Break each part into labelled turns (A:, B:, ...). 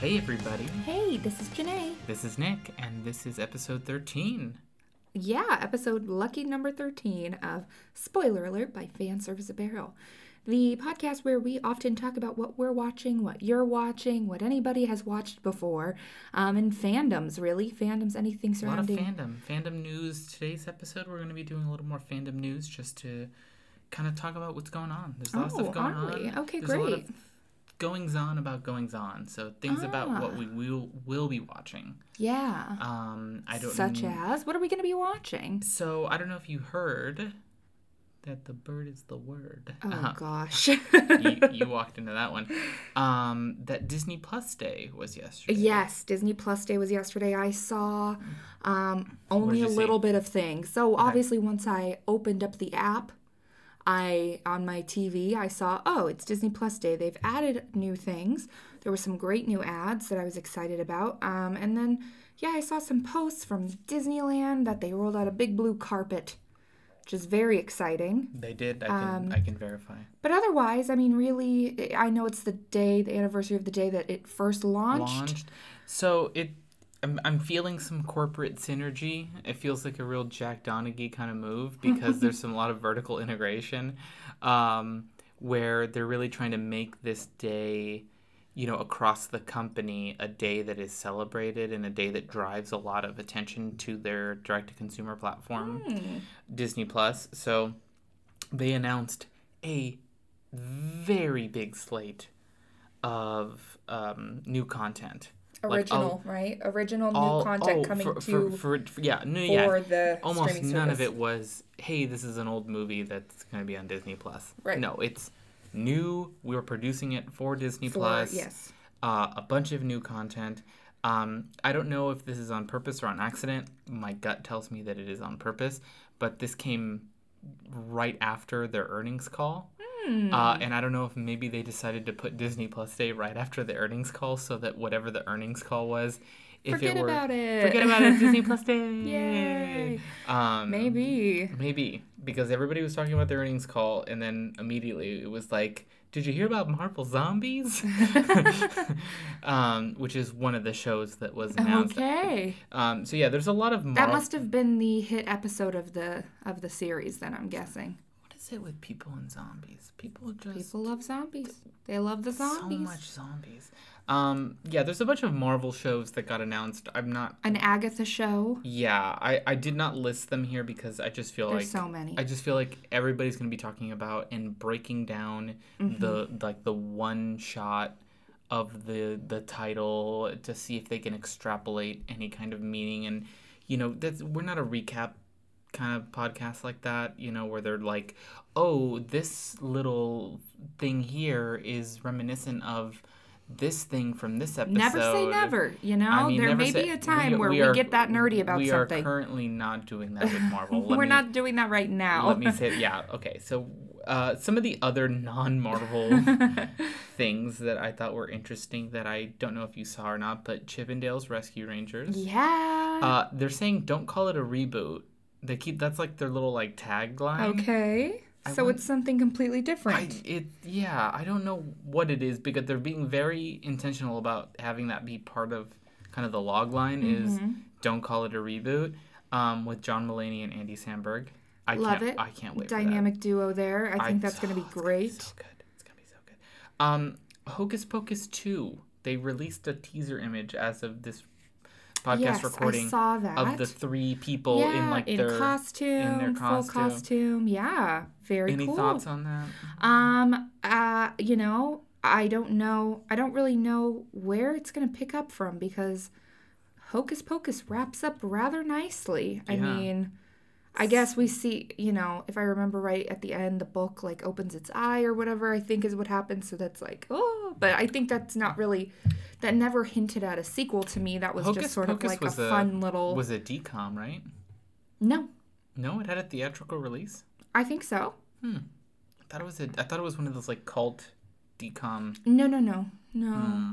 A: Hey, everybody.
B: Hey, this is Janae.
A: This is Nick, and this is episode 13.
B: Yeah, episode lucky number 13 of Spoiler Alert by Fan Service Apparel, the podcast where we often talk about what we're watching, what you're watching, what anybody has watched before, um, and fandoms, really. Fandoms, anything
A: A lot of
B: surrounding.
A: fandom. Fandom news. Today's episode, we're going to be doing a little more fandom news just to kind of talk about what's going on. There's a lot of
B: Oh,
A: stuff going
B: are we?
A: on.
B: Okay,
A: There's a lot
B: great.
A: of goings on about goings on. So things about what
B: Ah.
A: we will, will be watching.
B: yeah.
A: Um, I don't
B: Such
A: kn-
B: as, what are we going to be watching?
A: So I don't know if you heard that the bird is the word.
B: Oh,
A: Uh-huh.
B: gosh.
A: you, you walked into that one. Um, that Disney Plus Day was yesterday.
B: Yes, Disney Plus Day was yesterday. I saw um, only
A: did
B: a
A: you
B: little bit of things. So obviously, once I opened up the app, I on my TV, I saw, oh, it's Disney Plus Day. They've added new things. There were some great new ads that I was excited about. Um, and then, yeah, I saw some posts from Disneyland that they rolled out a big blue carpet, which is very exciting.
A: They did. I can I can verify.
B: But otherwise, I mean, really, I know it's the day, the anniversary of the day that it first launched.
A: Launched. So it, I'm, I'm feeling some corporate synergy. It feels like a real Jack Donaghy kind of move because there's some lot of vertical integration, um, where they're really trying to make this day. You know, across the company, a day that is celebrated and a day that drives a lot of attention to their direct to consumer platform. Disney Plus. So they announced a very big slate of um, new content. Like, um,
B: original, right? Original new
A: all-
B: content
A: oh,
B: coming
A: for,
B: to
A: for, for, for- yeah, new yeah.
B: for the
A: Almost
B: streaming
A: none of
B: service.
A: it was, hey, this is an old movie that's going to be on Disney Plus.
B: Right.
A: No, it's new. We were producing it for Disney Plus.
B: yes.
A: Uh, a bunch of new content. Um, I don't know if this is on purpose or on accident. My gut tells me that it is on purpose, but this came right after their earnings call.
B: Hmm.
A: Uh, and I don't know if maybe they decided to put Disney Plus Day right after the earnings call so that whatever the earnings call was, if
B: Forget
A: it were
B: about it.
A: forget about it, Disney Plus Day.
B: Yay.
A: Um,
B: Maybe.
A: Maybe because everybody was talking about the earnings call, and then immediately it was like, "Did you hear about Marvel Zombies?" um, which is one of the shows that was announced.
B: Oh, Okay.
A: Um, so yeah, there's a lot of Marvel.
B: That must have been the hit episode of the of the series then I'm guessing.
A: what is it with people and zombies? People just
B: People love zombies. They love the
A: so
B: zombies.
A: much zombies. Um, yeah, there's a bunch of Marvel shows that got announced. I'm not.
B: An Agatha show.
A: Yeah, I, I did not list them here because I just feel
B: There's
A: like
B: so many.
A: I just feel like everybody's gonna be talking about and breaking down the
B: Mm-hmm.
A: like the one shot of the the title to see if they can extrapolate any kind of meaning and you know that's we're not a recap kind of podcast like that you know where they're like oh this little thing here is reminiscent of this thing from this episode
B: never say never, you know?
A: I mean,
B: there
A: never
B: may
A: say-
B: be a time
A: we-
B: where we,
A: are-
B: get that nerdy about
A: we
B: something.
A: are currently not doing that with Marvel. Let
B: We're
A: me-
B: not doing that right now.
A: Let me say, yeah, okay. So, uh, some of the other non-Marvel things that I thought were interesting that I don't know if you saw or not, but Chippendales Rescue Rangers.
B: yeah.
A: Uh, they're saying don't call it a reboot. They keep that's like their little like tagline.
B: okay. so it's something completely different.
A: I, it yeah, I don't know what it is because they're being very intentional about having that be part of kind of the log line is
B: Mm-hmm.
A: don't call it a reboot um, with John Mulaney and Andy Samberg. I
B: Love
A: can't,
B: it.
A: I can't wait. for that.
B: Dynamic duo there. I think
A: I-
B: that's going to
A: oh,
B: be
A: it's gonna
B: great.
A: so good. It's gonna be so good. Um, Hocus Pocus two. They released a teaser image as of this podcast
B: yes,
A: recording
B: I saw that.
A: of the three people
B: yeah,
A: in like their
B: costume,
A: their costume.
B: full costume. Yeah, very
A: Any
B: cool.
A: thoughts on that?
B: Um, uh, you know, I don't know. I don't really know where it's going to pick up from because Hocus Pocus wraps up rather nicely. I
A: Yeah.
B: mean, I guess we see, you know, if I remember right, at the end, the book like opens its eye or whatever. I think is what happens. So that's like, oh, but I think that's not really. That never hinted at a sequel to me. That was
A: Hocus
B: just sort
A: Pocus
B: of like
A: was
B: a
A: a-
B: fun little.
A: Was it decom right?
B: No,
A: No, it had a theatrical release.
B: I think so.
A: I thought it was a. I thought it was one of those like cult decom.
B: No, no, no, no.
A: Hmm.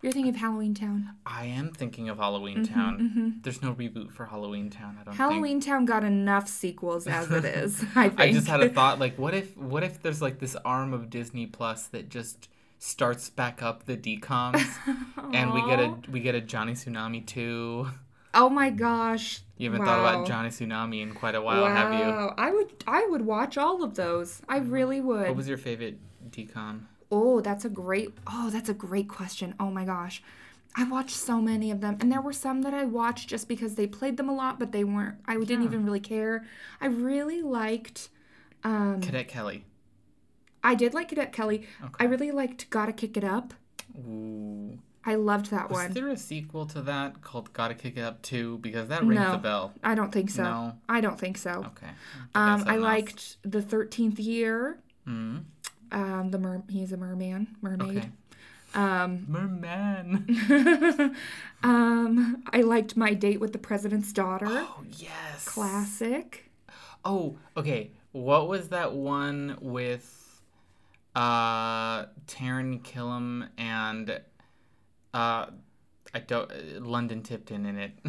B: You're thinking of Halloween Town.
A: I am thinking of Halloween
B: Mm-hmm,
A: Town. There's no reboot for Halloween Town. I don't think.
B: Halloween Town got enough sequels as it is. I think.
A: I just had a thought like what if what if there's like this arm of Disney Plus that just starts back up the decoms, and we get a we get a Johnny Tsunami two.
B: Oh my gosh.
A: You haven't thought about Johnny Tsunami in quite a while, have you? Mm-hmm.
B: Wow. I would I would watch all of those. I really would.
A: What was your favorite decom?
B: Oh, that's a great oh, that's a great question. Oh my gosh. I watched so many of them and there were some that I watched just because they played them a lot, but they weren't I didn't even really care. I really liked um
A: Cadet Kelly.
B: I did like Cadet Kelly.
A: Okay.
B: I really liked Gotta Kick It Up.
A: Ooh.
B: I loved that
A: Was
B: one.
A: there a sequel to that called Gotta Kick It Up 2? Because that rings
B: No.
A: a bell.
B: I don't think so.
A: No.
B: I don't think so.
A: Okay.
B: Um, I liked the thirteenth year.
A: mm
B: Um, the mer- he's a merman, mermaid.
A: Okay.
B: Um,
A: Merman.
B: um, I liked my date with the president's daughter.
A: Oh, yes.
B: Classic.
A: Oh, okay. What was that one with uh Taryn Killam and uh I don't uh, London Tipton in it.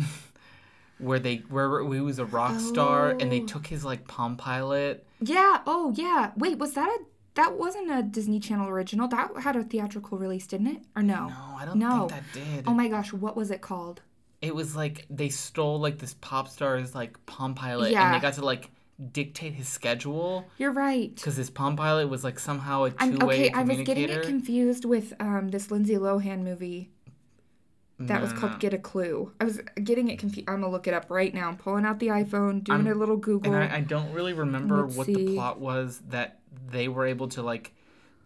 A: Where they where he was a rock star and they
B: Oh.
A: took his like Palm Pilot.
B: Yeah. Oh, yeah. Wait, was that a that wasn't a Disney Channel original? That had a theatrical release, didn't it? Or no?
A: No, I don't think
B: No.
A: that did.
B: Oh my gosh, what was it called?
A: it was like they stole like this pop star's like Palm Pilot and
B: Yeah.
A: they got to like dictate his schedule
B: You're right.
A: because his Palm Pilot was like somehow a
B: I'm,
A: two way
B: okay, I was getting
A: communicator.
B: it confused with um, this Lindsay Lohan movie that was
A: No,
B: called Get a Clue. I was getting it confused. I'm gonna look it up right now. I'm pulling out the iPhone, doing a little Google.
A: and I, I don't really remember
B: Let's
A: what
B: see.
A: the plot was that they were able to like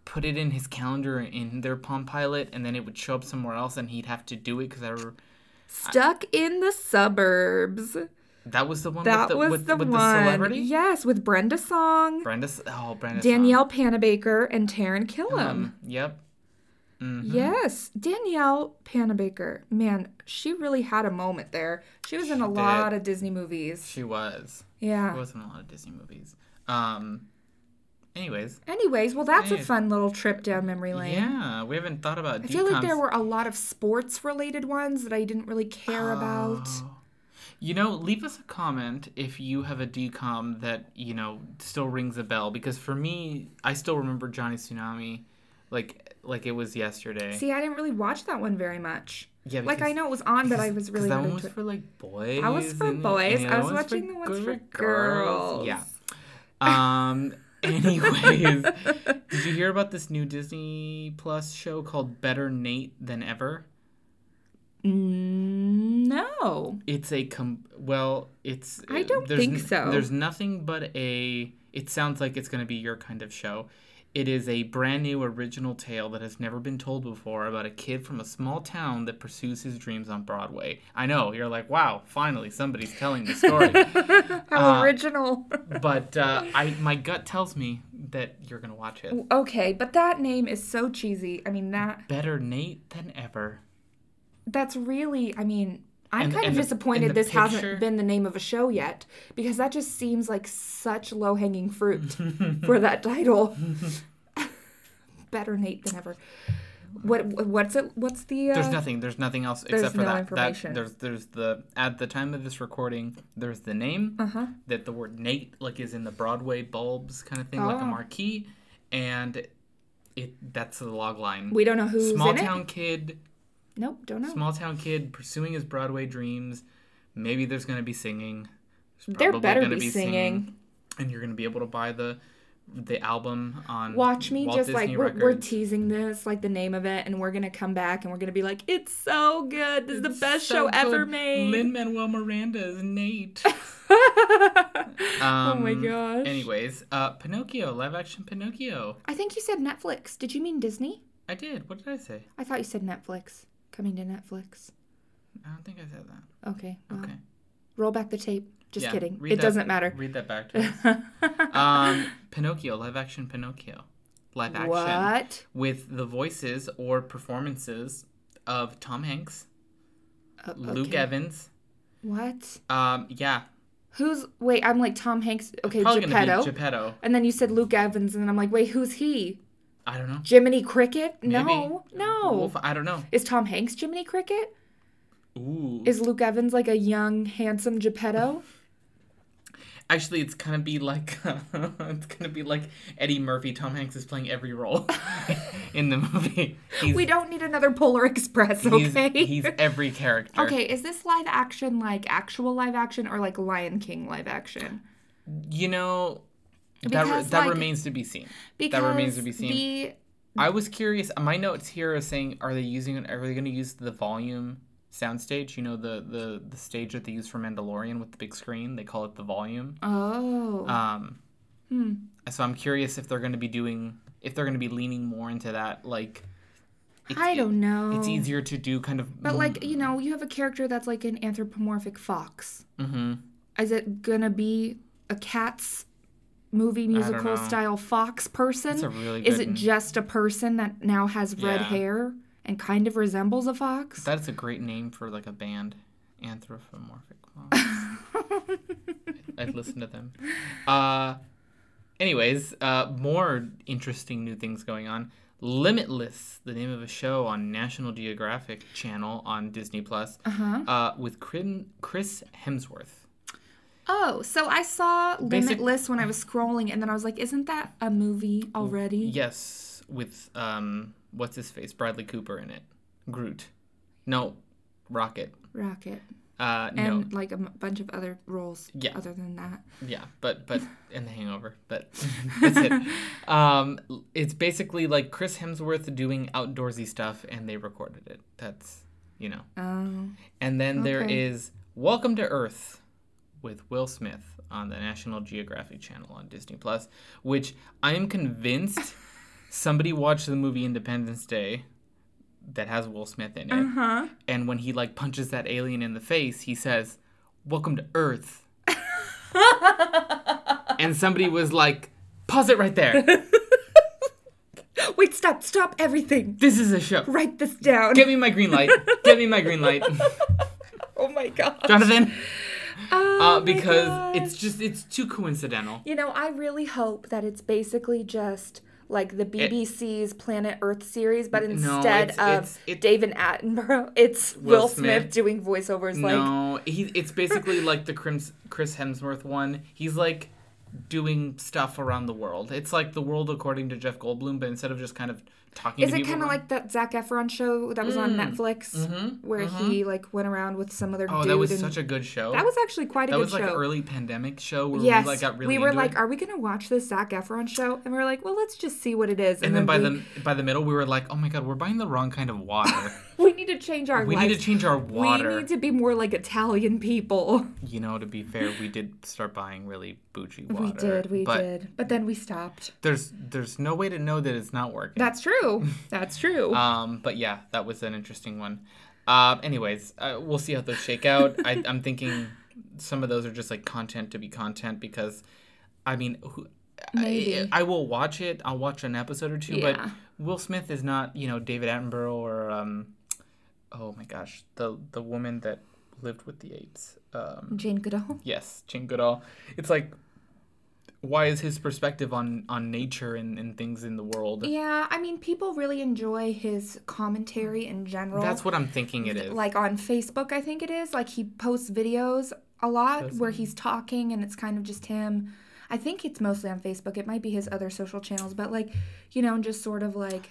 A: put it in his calendar in their Palm Pilot, and then it would show up somewhere else, and he'd have to do it because I re-
B: Stuck in the suburbs.
A: that was the one with
B: That
A: the
B: was
A: with,
B: the
A: with
B: one.
A: the celebrity.
B: Yes, with Brenda Song,
A: Brenda, S- oh Brenda, Song.
B: Danielle Panabaker, and Taryn Killam.
A: Um, yep. Mm-hmm.
B: Yes, Danielle Panabaker. Man, she really had a moment there. She was in a
A: did.
B: lot of Disney movies.
A: She was. There
B: Yeah.
A: wasn't a lot of Disney movies. Um. Anyways,
B: Anyways, well, that's a
A: Nice.
B: fun little trip down memory lane.
A: yeah, we haven't thought about.
B: I feel like there were a lot of sports related ones that I didn't really care about.
A: Oh, Uh, You know, leave us a comment if you have a decom that, you know, still rings a bell because for me, I still remember Johnny Tsunami like like it was yesterday.
B: See, I didn't really watch that one very much.
A: yeah,
B: Like I know it was on, but I was really
A: that
B: not
A: one
B: into
A: was
B: it.
A: for like boys.
B: That was for
A: and-
B: boys.
A: and the
B: I was
A: other one's
B: watching the ones
A: good
B: for girls.
A: Yeah. Um anyways, did you hear about this new Disney Plus show called Better Nate Than Ever?
B: Mm, No.
A: It's a com- well, it's
B: I don't
A: there's
B: think
A: n-
B: so.
A: There's nothing but a it sounds like it's going to be your kind of show. It is a brand new original tale that has never been told before about a kid from a small town that pursues his dreams on Broadway. I know, you're like, "Wow, finally somebody's telling the story."
B: How
A: Uh,
B: original.
A: but uh, I my gut tells me that you're going to watch it.
B: okay, but that name is so cheesy. I mean, that
A: Better Nate than ever.
B: that's really i mean i'm
A: And-
B: kind
A: and
B: of
A: the-
B: disappointed
A: and the
B: this
A: picture-
B: hasn't been the name of a show yet because that just seems like such low-hanging fruit for that title better nate than ever what what's it what's the uh,
A: There's nothing. There's nothing else except for
B: no
A: that.
B: information.
A: That there's there's the at the time of this recording, there's the name
B: Uh-huh.
A: that the word Nate like is in the Broadway bulbs kind of thing, like a
B: Oh.
A: marquee, and it that's the log line.
B: we don't know who's
A: small
B: in
A: town
B: it Oh.
A: kid,
B: nope don't know
A: small town kid pursuing his Broadway dreams. Maybe there's gonna be singing. There's
B: There
A: probably
B: better
A: gonna
B: be singing.
A: and you're gonna be able to buy the the album on
B: watch me
A: Walt
B: just
A: Disney
B: like we're, we're
A: Records.
B: teasing this like the name of it and we're gonna come back and we're gonna be like it's so good this is the best show ever made
A: Lin Manuel Miranda's Nate.
B: oh my
A: Um,
B: gosh
A: Anyways, uh, Pinocchio, live action Pinocchio.
B: i think you said netflix did you mean disney
A: I did. What did I say?
B: I thought you said Netflix. Coming to Netflix.
A: I don't think I said that.
B: Okay. well,
A: Okay.
B: Roll back the tape. Just
A: Yeah,
B: kidding.
A: read
B: It
A: that-
B: doesn't matter.
A: Read that back to us. um, Pinocchio, live action Pinocchio. Live action.
B: What?
A: With the voices or performances of Tom Hanks,
B: Uh,
A: Luke
B: okay.
A: Evans.
B: What?
A: Um, yeah.
B: Who's? Wait, I'm like Tom Hanks. Okay,
A: Probably
B: Geppetto.
A: gonna be Geppetto.
B: and then you said Luke Evans, and I'm like, wait, who's he?
A: I don't know.
B: Jiminy Cricket? No,
A: Maybe.
B: no.
A: We'll fi- I don't know.
B: Is Tom Hanks Jiminy Cricket?
A: Ooh.
B: Is Luke Evans like a young, handsome Geppetto?
A: Actually, it's gonna be like it's gonna be like Eddie Murphy. Tom Hanks is playing every role in the movie. He's,
B: we don't need another Polar Express,
A: he's-
B: okay?
A: he's every character.
B: okay, is this live action like actual live action or like Lion King live action?
A: You know, that re-
B: Because,
A: that
B: like,
A: remains to be seen.
B: Because
A: remains to be seen.
B: The,
A: I was curious. My notes here are saying, are they using? Are they going to use the volume soundstage? You know, the the the stage that they use for Mandalorian with the big screen. They call it the volume.
B: oh.
A: Um,
B: Hmm.
A: So I'm curious if they're going to be doing, if they're going to be leaning more into that. Like, it's, e-
B: I don't know.
A: It's easier to do kind of.
B: Oh. But like, you know, you have a character that's like an anthropomorphic fox.
A: hmm
B: Is it gonna be a cat's movie musical
A: know.
B: style fox person?
A: That's a really good.
B: Is it
A: one.
B: just a person that now has red
A: Yeah.
B: hair and kind of resembles a fox?
A: That's a great name for like a band, anthropomorphic. Moths. I'd listen to them. Uh, anyways, uh, more interesting new things going on. Limitless, the name of a show on National Geographic Channel on Disney Plus,
B: Uh-huh.
A: uh, with Crin- Chris Hemsworth.
B: Oh, so I saw
A: Basic-
B: Limitless when I was scrolling, and then I was like, "Isn't that a movie already?"
A: Yes, with um, what's his face, Bradley Cooper in it, Groot. No, Rocket.
B: Rocket
A: Uh, no,
B: and like a m- bunch of other roles.
A: Yeah.
B: Other than that,
A: Yeah, but but in the Hangover, but that's it. Um, it's basically like Chris Hemsworth doing outdoorsy stuff, and they recorded it. That's you know.
B: oh,
A: And then there
B: Okay.
A: is Welcome to Earth with Will Smith on the National Geographic Channel on Disney Plus, which I am convinced somebody watched the movie Independence Day that has Will Smith in it,
B: huh?
A: and when he like punches that alien in the face, he says, "Welcome to Earth." and somebody was like, "Pause it right there.
B: Wait, stop, stop everything.
A: This is a show.
B: Write this down.
A: Get me my green light. Get me my green light,
B: Oh my god.
A: Jonathan."
B: Oh
A: Uh,
B: my
A: because
B: God.
A: it's just it's too coincidental.
B: You know, I really hope that it's basically just like the BBC's Planet Earth series, but instead
A: Eh. it's-
B: of
A: it's- it-
B: David Attenborough, it's Will, Smith.
A: Smith.
B: doing voiceovers like
A: no, he, it's basically like the Crims, Chris Hemsworth one. He's like doing stuff around the world. It's like the world according to Jeff Goldblum, but instead of just kind of talking.
B: Is
A: to
B: it
A: people Hmm.
B: kind of
A: around-
B: like that Zach Efron show that was on Netflix where he like went around with some other
A: Mm-hmm. Oh,
B: dude
A: that was
B: and
A: such a good show.
B: That was actually quite a
A: that
B: good
A: was like
B: show.
A: an early pandemic show where
B: yes,
A: we like got really
B: we were
A: into
B: like,
A: it.
B: "Are we gonna watch this Zach Efron show?" And we were like, "Well, let's just see what it is."
A: and then by
B: we,
A: the by the middle we were like, oh my god, we're buying the wrong kind of water.
B: we need to change our
A: we
B: lives.
A: need to change our
B: We
A: water.
B: need to be more like Italian people.
A: you know, to be fair, we did start buying really bougie water.
B: We did, we
A: but
B: did. But then we stopped.
A: There's there's no way to know that it's not working.
B: That's true. That's true.
A: Um, but yeah, that was an interesting one. Um, anyways, uh, we'll see how those shake out. I, I'm thinking some of those are just like content to be content because, I mean, who, I,
B: Maybe.
A: I will watch it. I'll watch an episode or two,
B: Yeah.
A: but Will Smith is not, you know, David Attenborough or um, oh my gosh, the the woman that lived with the apes. Um,
B: Jane Goodall.
A: Yes, Jane Goodall. It's like, why is his perspective on on nature and, and things in the world?
B: Yeah, I mean, people really enjoy his commentary in general.
A: That's what I'm thinking it is.
B: like on Facebook, I think it is. Like he posts videos a lot
A: Does
B: where he's talking and it's kind of just him. I think it's mostly on Facebook. It might be his other social channels, but like, you know, just sort of like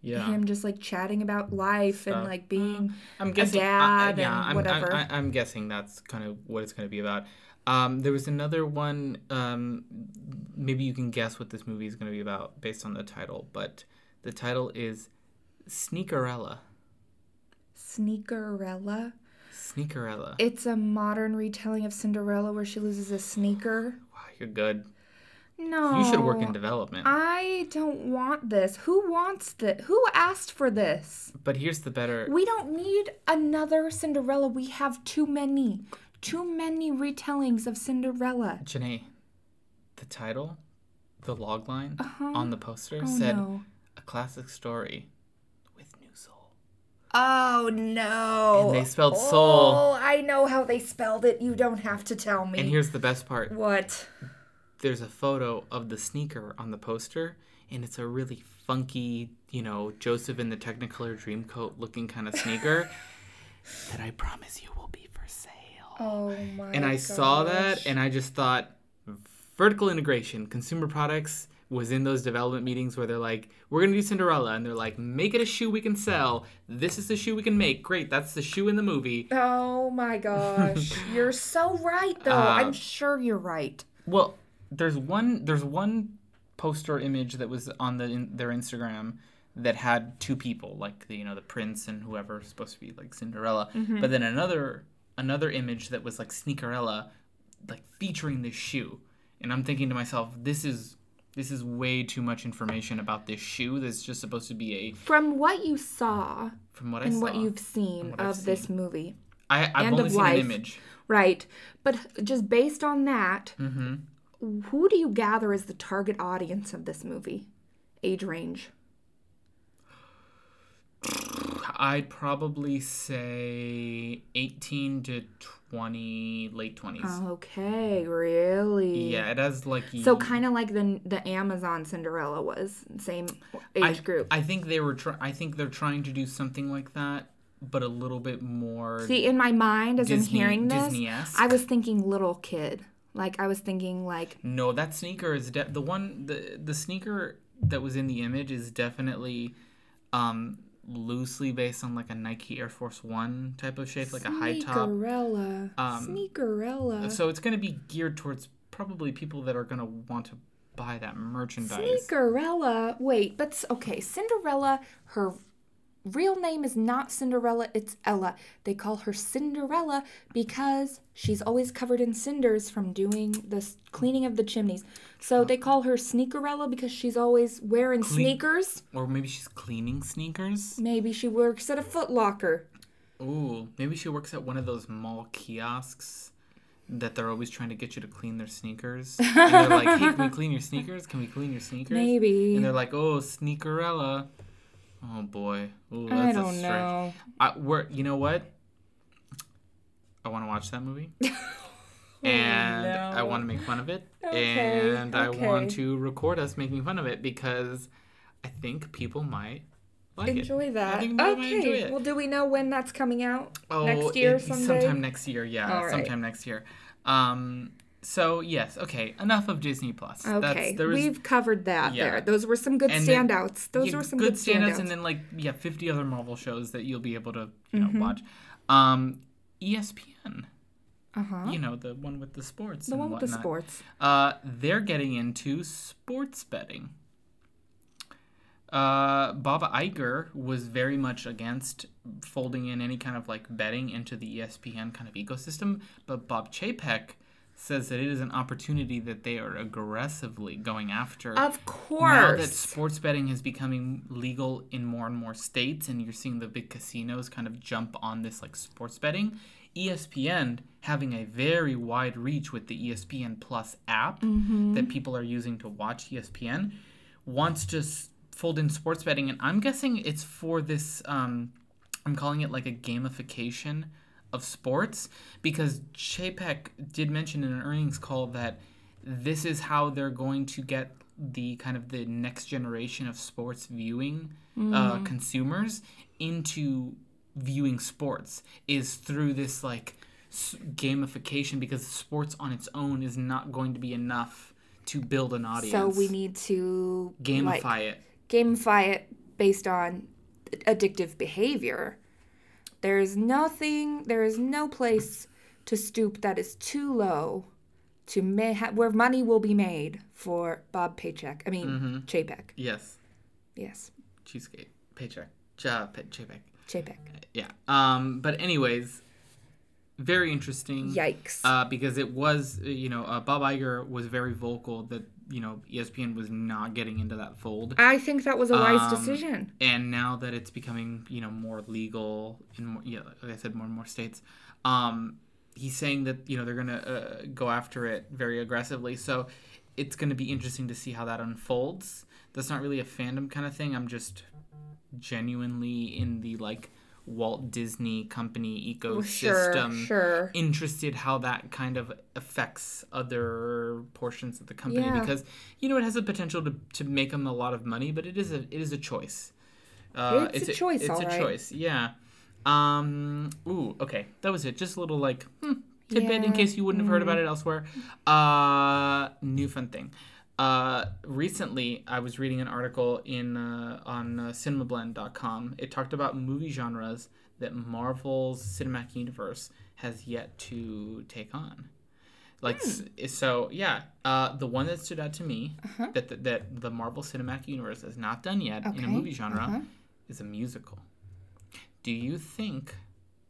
A: yeah,
B: him just like chatting about life and
A: Stuff.
B: like being
A: I'm guessing. I- I,
B: dad
A: yeah,
B: and
A: I'm,
B: whatever.
A: I'm, I- I'm guessing that's kind of what it's going to be about. Um, there was another one. Um, maybe you can guess what this movie is going to be about based on the title, but the title is Sneakerella.
B: sneakerella.
A: Uh. Sneakerella.
B: It's a modern retelling of Cinderella where she loses a sneaker.
A: Wow, you're good.
B: No.
A: You should work in development.
B: I don't want this. Who wants this? Who asked for this?
A: But here's the better.
B: We don't need another Cinderella. We have too many. Too many retellings of Cinderella.
A: Janae, the title, the log line
B: Uh-huh.
A: on the poster
B: Oh
A: said
B: no.
A: a classic story with new soul.
B: Oh no.
A: And they spelled
B: oh,
A: soul.
B: I know how they spelled it. You don't have to tell me.
A: And here's the best part.
B: what?
A: There's a photo of the sneaker on the poster and it's a really funky, you know, Joseph in the Technicolor Dreamcoat looking kind of sneaker that I promise you will be for sale.
B: Oh my
A: and I saw that and I just thought vertical integration, consumer products was in those development meetings where they're like, we're going to do Cinderella. And they're like, make it a shoe we can sell. This is the shoe we can make. Great. That's the shoe in the movie.
B: Oh my gosh. you're so right though.
A: Uh,
B: I'm sure you're right.
A: Well, there's one there's one poster image that was on the in, their Instagram that had two people, like the you know the prince and whoever is supposed to be like Cinderella.
B: Mm-hmm.
A: But then another another image that was like Sneakerella, like featuring this shoe. And I'm thinking to myself, this is this is way too much information about this shoe that's just supposed to be a
B: From what you saw
A: from what I
B: and
A: saw.
B: what you've seen
A: what I've
B: of this movie,
A: I, I've
B: end
A: only
B: of
A: seen
B: life.
A: an image.
B: right? But just based on that,
A: hmm
B: who do you gather as the target audience of this movie? Age range.
A: I'd probably say 18 to 20, late 20s.
B: Okay, really?
A: Yeah, it has like.
B: So kind of like the the Amazon Cinderella was same age
A: I,
B: group.
A: I think they were. Try- I think they're trying to do something like that, but a little bit more.
B: See, in my mind as
A: Disney-
B: I'm hearing this,
A: Disney-esque.
B: I was thinking little kid. Like I was thinking like
A: no, that sneaker is de- the one. The the sneaker that was in the image is definitely um loosely based on like a Nike Air Force One type of shape, like a high um, top.
B: Sneakerella, Sneakerella,
A: So it's going to be geared towards probably people that are going to want to buy that merchandise.
B: Sneakerella. Wait, but s- okay, Cinderella. Her real name is not Cinderella. It's Ella. They call her Cinderella because she's always covered in cinders from doing the s- cleaning of the chimneys. So they call her Sneakerella because she's always wearing sneakers.
A: Or maybe she's cleaning sneakers.
B: Maybe she works at a Foot Locker.
A: Ooh, maybe she works at one of those mall kiosks that they're always trying to get you to clean their sneakers. And they're like, hey, can we clean your sneakers? Can we clean your sneakers?
B: Maybe.
A: And they're like, oh, Sneakerella. Oh boy. Ooh, that's
B: I
A: a
B: don't
A: strange.
B: know.
A: I, we're, you know what? I want to watch that movie. and I
B: no.
A: want to make fun of it.
B: Okay,
A: and I want
B: okay.
A: to record us making fun of it because I think people might like it.
B: Enjoy that.
A: think they might
B: okay.
A: enjoy it.
B: Well, do we know when that's coming out?
A: Oh,
B: Next year,
A: it-
B: someday?
A: sometime next year. Yeah,
B: All right.
A: sometime next year. Um, so yes, okay. Enough of Disney Plus.
B: Okay,
A: there was
B: we've covered that
A: Yeah.
B: there. Those were some good
A: And then-
B: standouts. Those
A: yeah,
B: were some good, standouts.
A: and then like yeah, fifty other Marvel shows that you'll be able to you
B: Mm-hmm.
A: know watch. Um, ESPN.
B: uh huh.
A: you know the one with the sports
B: The
A: and
B: one with the
A: whatnot.
B: sports.
A: uh they're getting into sports betting uh bob Iger was very much against folding in any kind of like betting into the E espn kind of ecosystem but bob chapek says that it is an opportunity that they are aggressively going after
B: Of
A: now that
B: course.
A: sports betting is becoming legal in more and more states, and you're seeing the big casinos kind of jump on this like sports betting, E ESPN having a very wide reach with the E ESPN Plus app that people are using to watch E ESPN, wants to s- fold in sports betting, and I'm guessing it's for this. Um, I'm calling it like a gamification of sports because Chapek did mention in an earnings call that this is how they're going to get the kind of the next generation of sports viewing uh,
B: Mm-hmm.
A: consumers into viewing sports is through this like s- gamification because sports on its own is not going to be enough to build an audience.
B: So we need to
A: gamify
B: like,
A: it.
B: gamify it based on addictive behavior. There is nothing. There is no place to stoop that is too low, to may ha- where money will be made for Bob Paycheck. I mean
A: Mm-hmm.
B: Chapek.
A: Yes,
B: Yes,
A: cheesecake, paycheck, job, pay- paycheck.
B: Chapek.
A: Yeah. Um. But anyways, very interesting.
B: Yikes.
A: Uh, because it was, uh, you know, uh, Bob Iger was very vocal that you know E ESPN was not getting into that fold,
B: I think that was a wise
A: Um,
B: decision.
A: and now that it's becoming, you know, more legal in more, yeah, like I said, more and more states, um, he's saying that you know they're gonna uh, go after it very aggressively. So it's gonna be interesting to see how that unfolds. That's not really a fandom kind of thing. I'm just genuinely in the like Walt Disney company ecosystem
B: Oh, sure.
A: interested how that kind of affects other portions of the company
B: Yeah.
A: because you know it has the potential to, to make them a lot of money but it is a it is a choice uh,
B: It's a choice,
A: it's
B: all
A: a
B: right.
A: choice yeah um ooh okay that was it just a little like hmm, tidbit in case you wouldn't have heard about it elsewhere. Uh, new fun thing. Uh, recently, I was reading an article in uh, on uh, CinemaBlend.com. It talked about movie genres that Marvel's cinematic universe has yet to take on. Like s- so, yeah. Uh, the one that stood out to me
B: Uh-huh.
A: that, that that the Marvel Cinematic Universe has not done yet in a
B: Okay,
A: movie genre
B: uh-huh.
A: is a musical. Do you think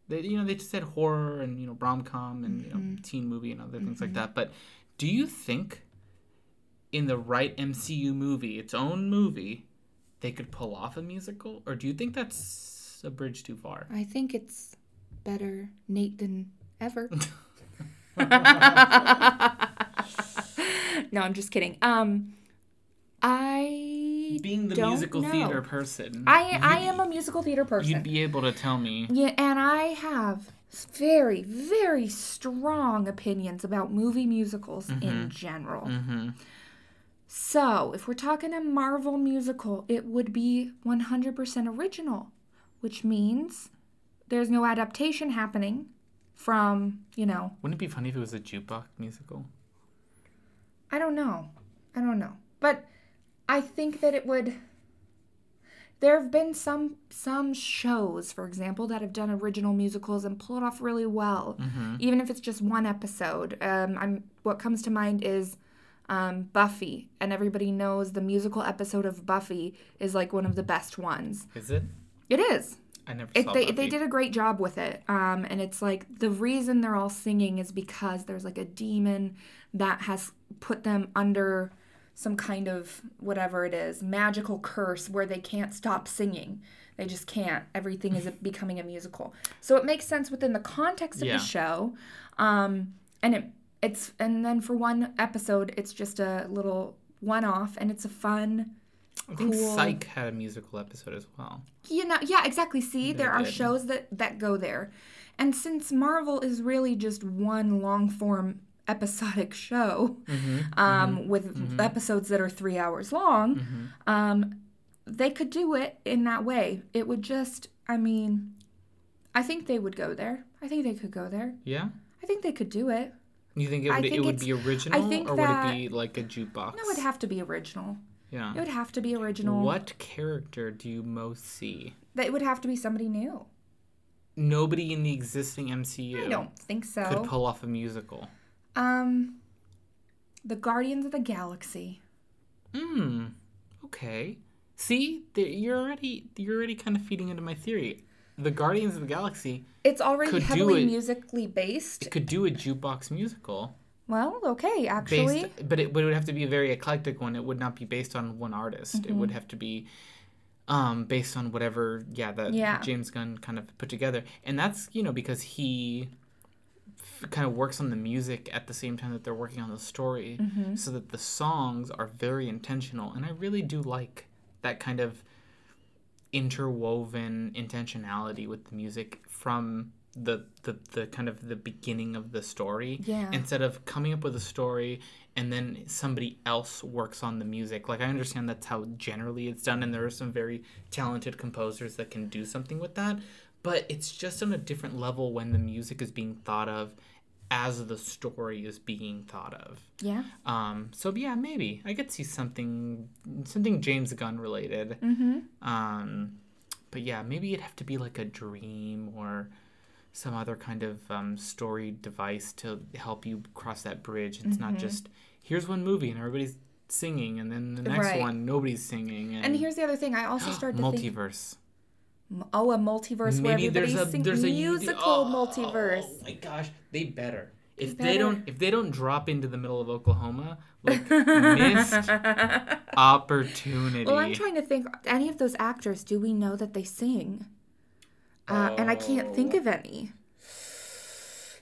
A: they you know they just said horror and you know rom com and you
B: Mm-hmm.
A: know teen movie and other things like that. But do you think in the right MCU movie, its own movie, they could pull off a musical, or do you think that's a bridge too far?
B: I think it's better Nate than ever. no, I'm just kidding. Um, I
A: Being the
B: don't
A: musical
B: know.
A: theater person,
B: I I
A: you'd-
B: am a musical theater person.
A: You'd be able to tell me.
B: Yeah, and I have s- very, very strong opinions about movie musicals in general.
A: Mm-hmm.
B: So, if we're talking a Marvel musical, it would be 100% original, which means there's no adaptation happening from, you know,
A: Wouldn't it be funny if it was a jukebox musical?
B: I don't know. I don't know. But I think that it would there have been some some shows, for example, that have done original musicals and pulled off really well, even if it's just one episode. Um, I'm what comes to mind is um, Buffy, and everybody knows the musical episode of Buffy is like one of the best ones.
A: Is it?
B: It is.
A: I never
B: It,
A: saw
B: they,
A: Buffy.
B: they did a great job with it. Um, and it's like the reason they're all singing is because there's like a demon that has put them under some kind of whatever it is magical curse where they can't stop singing. They just can't. Everything is becoming a musical. So it makes sense within the context of
A: Yeah.
B: the show. Um, and it it's and then for one episode, it's just a little one off and it's a fun
A: I think
B: cool-
A: Psych had a musical episode as well.
B: you know yeah exactly see there are
A: did.
B: shows that that go there and since marvel is really just one long form episodic show
A: Mm-hmm.
B: um, with episodes that are three hours long
A: Mm-hmm.
B: um, they could do it in that way it would just i mean i think they would go there i think they could go there
A: Yeah.
B: i think they could do it
A: You think it
B: I
A: would,
B: think
A: it would
B: it's-
A: be original,
B: think
A: or
B: that-
A: would it be like a jukebox?
B: no it would have to be original
A: yeah.
B: it would have to be original
A: What character do you most see?
B: that it would have to be somebody new
A: Nobody in the existing
B: i
A: MCU
B: don't think so
A: could pull off a musical.
B: Um, the Guardians of the Galaxy.
A: Hmm. Okay. See, th- you're already you're already kind of feeding into my theory. The Guardians of the Galaxy
B: It's already
A: Could do
B: heavily
A: it.
B: musically based.
A: could do a jukebox musical
B: Well, okay,
A: based,
B: actually,
A: but it would have to be a very eclectic one. It would not be based on one artist. It
B: Mm-hmm.
A: would have to be um based on whatever yeah that
B: Yeah.
A: James Gunn kind of put together. And that's, you know, because he f- kind of works on the music at the same time that they're working on the story
B: Mm-hmm.
A: so that the songs are very intentional and I really do like that kind of interwoven intentionality with the music from the, the the kind of the beginning of the story
B: Yeah.
A: instead of coming up with a story and then somebody else works on the music like i understand that's how generally it's done and there are some very talented composers that can do something with that but it's just on a different level when the music is being thought of as the story is being thought of
B: yeah.
A: um, so yeah, maybe I could see something something James Gunn related.
B: Mm-hmm.
A: Um, but yeah, maybe it'd have to be like a dream or some other kind of um, story device to help you cross that bridge. It's
B: Mm-hmm.
A: not just here's one movie and everybody's singing, and then the next
B: Right.
A: one nobody's singing. And,
B: And here's the other thing. I also started to think.
A: multiverse.
B: Oh, a multiverse where
A: Maybe there's
B: everybody's
A: a
B: sing-
A: there's a
B: musical
A: oh,
B: multiverse.
A: Oh my gosh, they better. If
B: They
A: they don't if they don't drop into the middle of Oklahoma, like missed opportunity.
B: Well, I'm trying to think. Any of those actors? Do we know that they sing? Uh, And I can't think of any.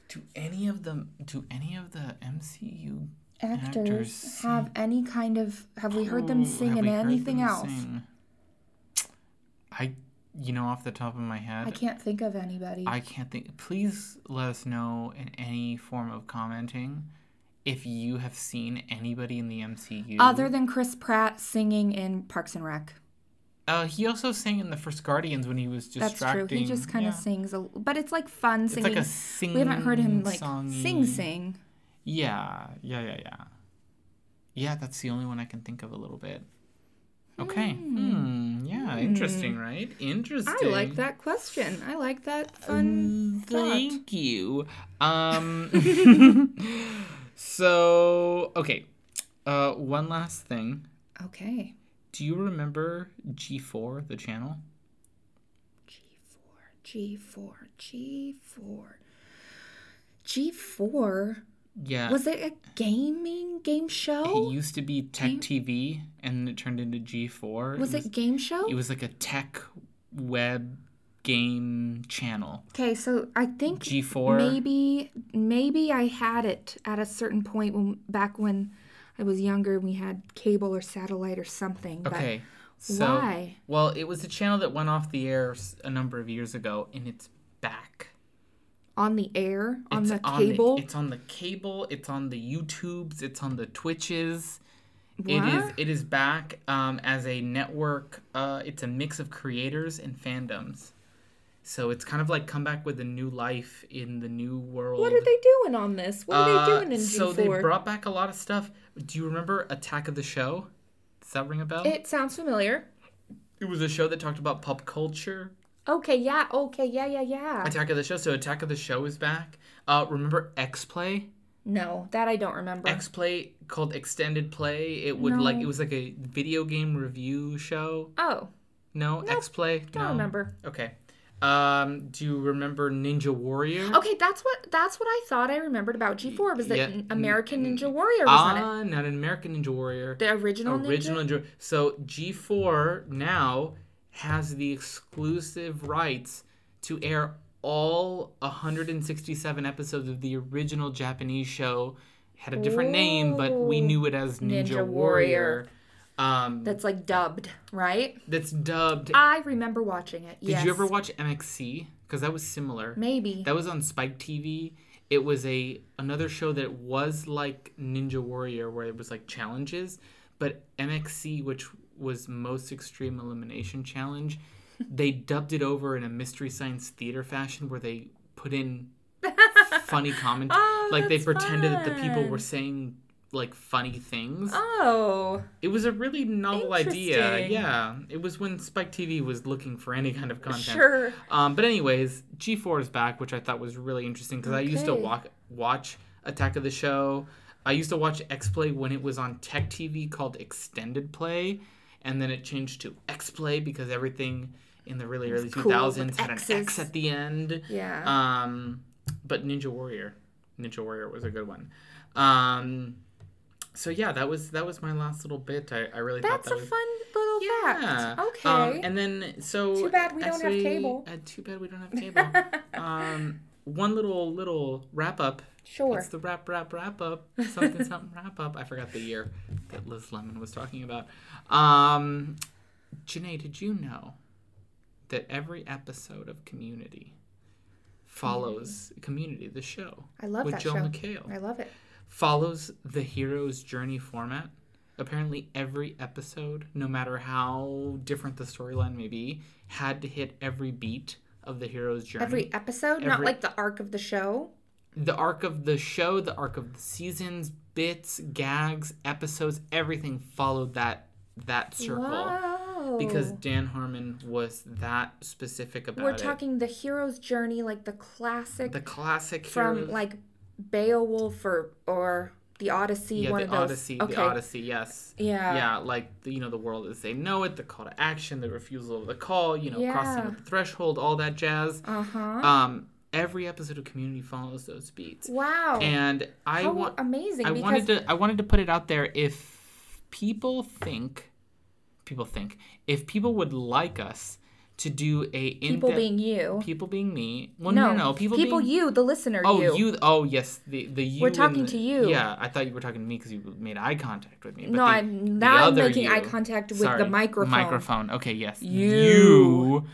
A: do any of them do any of the MCU
B: Actors,
A: Actors
B: have any kind of? Have we heard them
A: Ooh,
B: sing
A: have
B: in
A: we heard
B: anything
A: them
B: else?
A: sing? I you know off the top of my head
B: I can't think of anybody.
A: I can't think. Please let us know in any form of commenting if you have seen anybody in the MCU
B: Other than Chris Pratt singing in Parks and Rec.
A: Uh, Uh, he also sang in the first Guardians when he was
B: That's
A: distracting.
B: true. He just kind
A: yeah.
B: of sings, a, but it's like fun
A: It's
B: singing.
A: like a sing.
B: we haven't heard him like sing sing.
A: Yeah, yeah, yeah, yeah. Yeah, that's the only one I can think of a little bit. Okay. Hmm. Yeah. Interesting, right? Interesting.
B: I like that question. I like that
A: Um,
B: fun.
A: Thank you. Um. so okay. Uh, one last thing.
B: Okay.
A: Do you remember G4, the channel?
B: G4, G4, G4. G4?
A: Yeah.
B: Was it a gaming game
A: It
B: show?
A: used to be Tech TV, and then it turned into G4.
B: Was it game show?
A: It was like a tech web game channel.
B: Okay, so I think
A: G4.
B: maybe maybe I had it at a certain point when back when I was younger and we had cable or satellite or something.
A: Okay.
B: why?
A: Well, it was a channel that went off the air s- a number of years ago, and it's back.
B: But on the air, on
A: It's
B: the cable.
A: it's on the cable. It's on the YouTubes. It's on the Twitches. It is.
B: What?
A: It is back um, as a network. Uh, it's a mix of creators and fandoms. So it's kind of like come back with a new life in the new world.
B: what are they doing on this? What are they
A: Uh,
B: doing in G4?
A: So they brought back a lot of stuff. Do you remember Attack of the Show? Does that ring a bell?
B: it sounds familiar.
A: It was a show that talked about pop culture.
B: Okay, yeah, okay, yeah, yeah, yeah.
A: Attack of the Show. So Attack of the Show is back. Uh, remember X Play?
B: No, that I don't remember.
A: X Play called Extended Play. It would like
B: No.
A: it was like a video game review show.
B: oh,
A: No, X Play.
B: don't remember.
A: Okay. Um, do you remember Ninja Warrior?
B: Okay, that's what that's what I thought I remembered about G4 was that
A: Yeah,
B: N- American Ninja Warrior was on it.
A: Ah, not an American Ninja Warrior.
B: The
A: Oh,
B: original, Ninja.
A: original Ninja. So G4 now has the exclusive rights to air all 167 episodes of the original Japanese show. Had a different name, but we knew it as Ninja,
B: Ninja
A: Warrior. Um,
B: That's like dubbed, right?
A: that's dubbed.
B: I remember watching it.
A: Did you ever watch MXC? Because that was similar.
B: Maybe.
A: That was on Spike TV. It was a another show that was like Ninja Warrior, where it was like challenges, but MXC, which was Most Extreme Elimination Challenge, they dubbed it over in a Mystery Science Theater fashion, where they put in funny commentary,
B: Oh,
A: like they
B: that's
A: pretended that the people were
B: fun.
A: saying like funny things.
B: oh,
A: It was a really novel idea.
B: Interesting.
A: Yeah, it was when Spike TV was looking for any kind of content.
B: sure.
A: Um, but anyways, G4 is back, which I thought was really interesting because I used to
B: Okay.
A: walk, watch Attack of the Show. I used to watch X Play when it was on Tech TV called Extended Play, and then it changed to X Play because everything in the really early
B: cool,
A: 2000s
B: with
A: had an X
B: Xs.
A: at the end.
B: Yeah.
A: Um, but Ninja Warrior, Ninja Warrior was a good one. Um, so yeah, that was that was my last little bit. I, I really thought
B: that's
A: that
B: a
A: was
B: fun little fact. Okay.
A: um, and then so
B: Too bad we don't
A: as
B: have cable.
A: Uh, too bad we don't have cable. um, one little little wrap up.
B: sure.
A: It's the wrap wrap wrap up. Something something wrap up. I forgot the year that Liz Lemon was talking about. Um, Janae, did you know that every episode of Community follows Community, the show
B: I Mm-hmm. love
A: with
B: that
A: Joe
B: show.
A: McHale
B: I love it.
A: follows the hero's journey format. Apparently, every episode, no matter how different the storyline may be, had to hit every beat of the hero's journey.
B: Every episode, not
A: Every-
B: like the arc of the show.
A: The arc of the show, the arc of the seasons, bits, gags, episodes, everything followed that that circle.
B: Wow.
A: Because Dan Harmon was that specific about
B: we're
A: it.
B: talking the hero's journey, like the classic
A: the classic
B: from
A: heroes-
B: like Beowulf or or the Odyssey.
A: yeah,
B: one
A: the
B: of those.
A: Odyssey,
B: Okay.
A: the Odyssey, yes.
B: Yeah.
A: yeah like the, you know the world as they know it the call to action the refusal of the call you know crossing
B: Yeah.
A: of the threshold all that jazz
B: Uh huh.
A: um every episode of community follows those beats
B: Wow.
A: and i
B: How
A: want
B: amazing!
A: i
B: because
A: wanted to i wanted to put it out there if people think people think if people would like us to do a in
B: people being you.
A: people being me well no no, no people, being
B: you, the listener,
A: Oh,
B: you.
A: you. Oh, yes. The the you.
B: We're
A: and
B: talking
A: the-
B: to you.
A: Yeah, I thought you were talking to me because you made eye contact with me. but
B: no,
A: the-
B: I'm
A: the
B: now I'm
A: other
B: making
A: you-
B: eye contact with
A: Sorry,
B: the microphone.
A: Microphone. Okay, yes.
B: You.
A: You,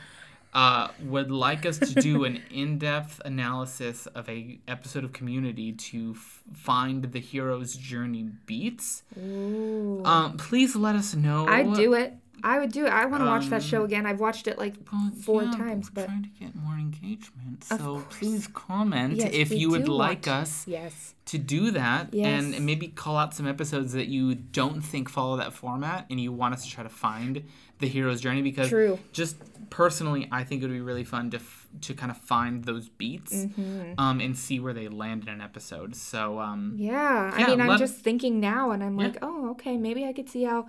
A: uh, would like us to do an in-depth analysis of a episode of Community to f- find the hero's journey beats.
B: Ooh.
A: Um, please let us know.
B: I'd do it. I would do it. I want to watch that show again. I've watched it like
A: Well,
B: four
A: Um, yeah,
B: times,
A: we're
B: but
A: trying to get more engagement.
B: Of
A: So
B: course.
A: please comment
B: Yes,
A: if
B: we
A: you would
B: do
A: like
B: want-
A: us
B: yes,
A: to do that and
B: Yes.
A: and maybe call out some episodes that you don't think follow that format and you want us to try to find the hero's journey because
B: True.
A: just personally I think it would be really fun to f- to kind of find those beats
B: Mm-hmm.
A: um and see where they land in an episode. So um
B: yeah. I
A: Yeah,
B: mean, I'm
A: let-
B: just thinking now, and I'm like, oh, okay, maybe I could see how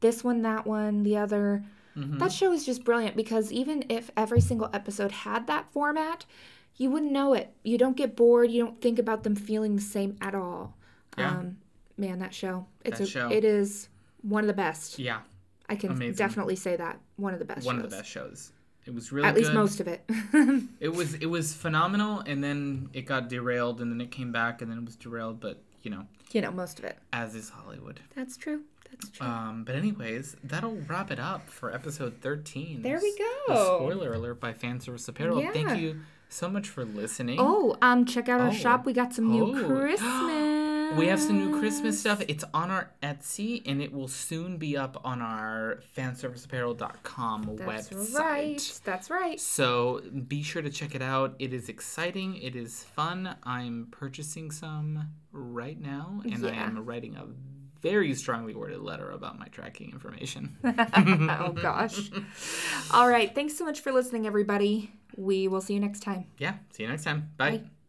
B: this one, that one, the other.
A: Mm-hmm.
B: That show is just brilliant because even if every single episode had that format, you wouldn't know it. You don't get bored. You don't think about them feeling the same at all.
A: Yeah.
B: Um, man, that show. It's
A: That
B: a,
A: show.
B: It is one of the best.
A: yeah,
B: I can
A: Amazing.
B: definitely say that one of the best.
A: one
B: shows.
A: of the best shows. It was really
B: At least
A: good.
B: most of it.
A: It was it was phenomenal and then it got derailed and then it came back and then it was derailed but you know
B: you know, most of it.
A: as is Hollywood.
B: That's true. That's true.
A: Um, but anyways, that'll wrap it up for episode 13.
B: There we
A: A
B: go.
A: spoiler alert by Fanservice Apparel.
B: Yeah.
A: Thank you so much for listening.
B: oh, um, check out our
A: Oh.
B: shop. We got some new
A: Oh.
B: Christmas.
A: We have some new Christmas stuff. It's on our Etsy and it will soon be up on our fanserviceapparel.com
B: That's
A: website.
B: right. That's right.
A: So be sure to check it out. It is exciting. It is fun. I'm purchasing some right now, and I
B: Yeah.
A: am writing a very strongly worded letter about my tracking information.
B: oh gosh. All right. Thanks so much for listening, everybody. We will see you next time.
A: yeah. See you next time. Bye.
B: Bye.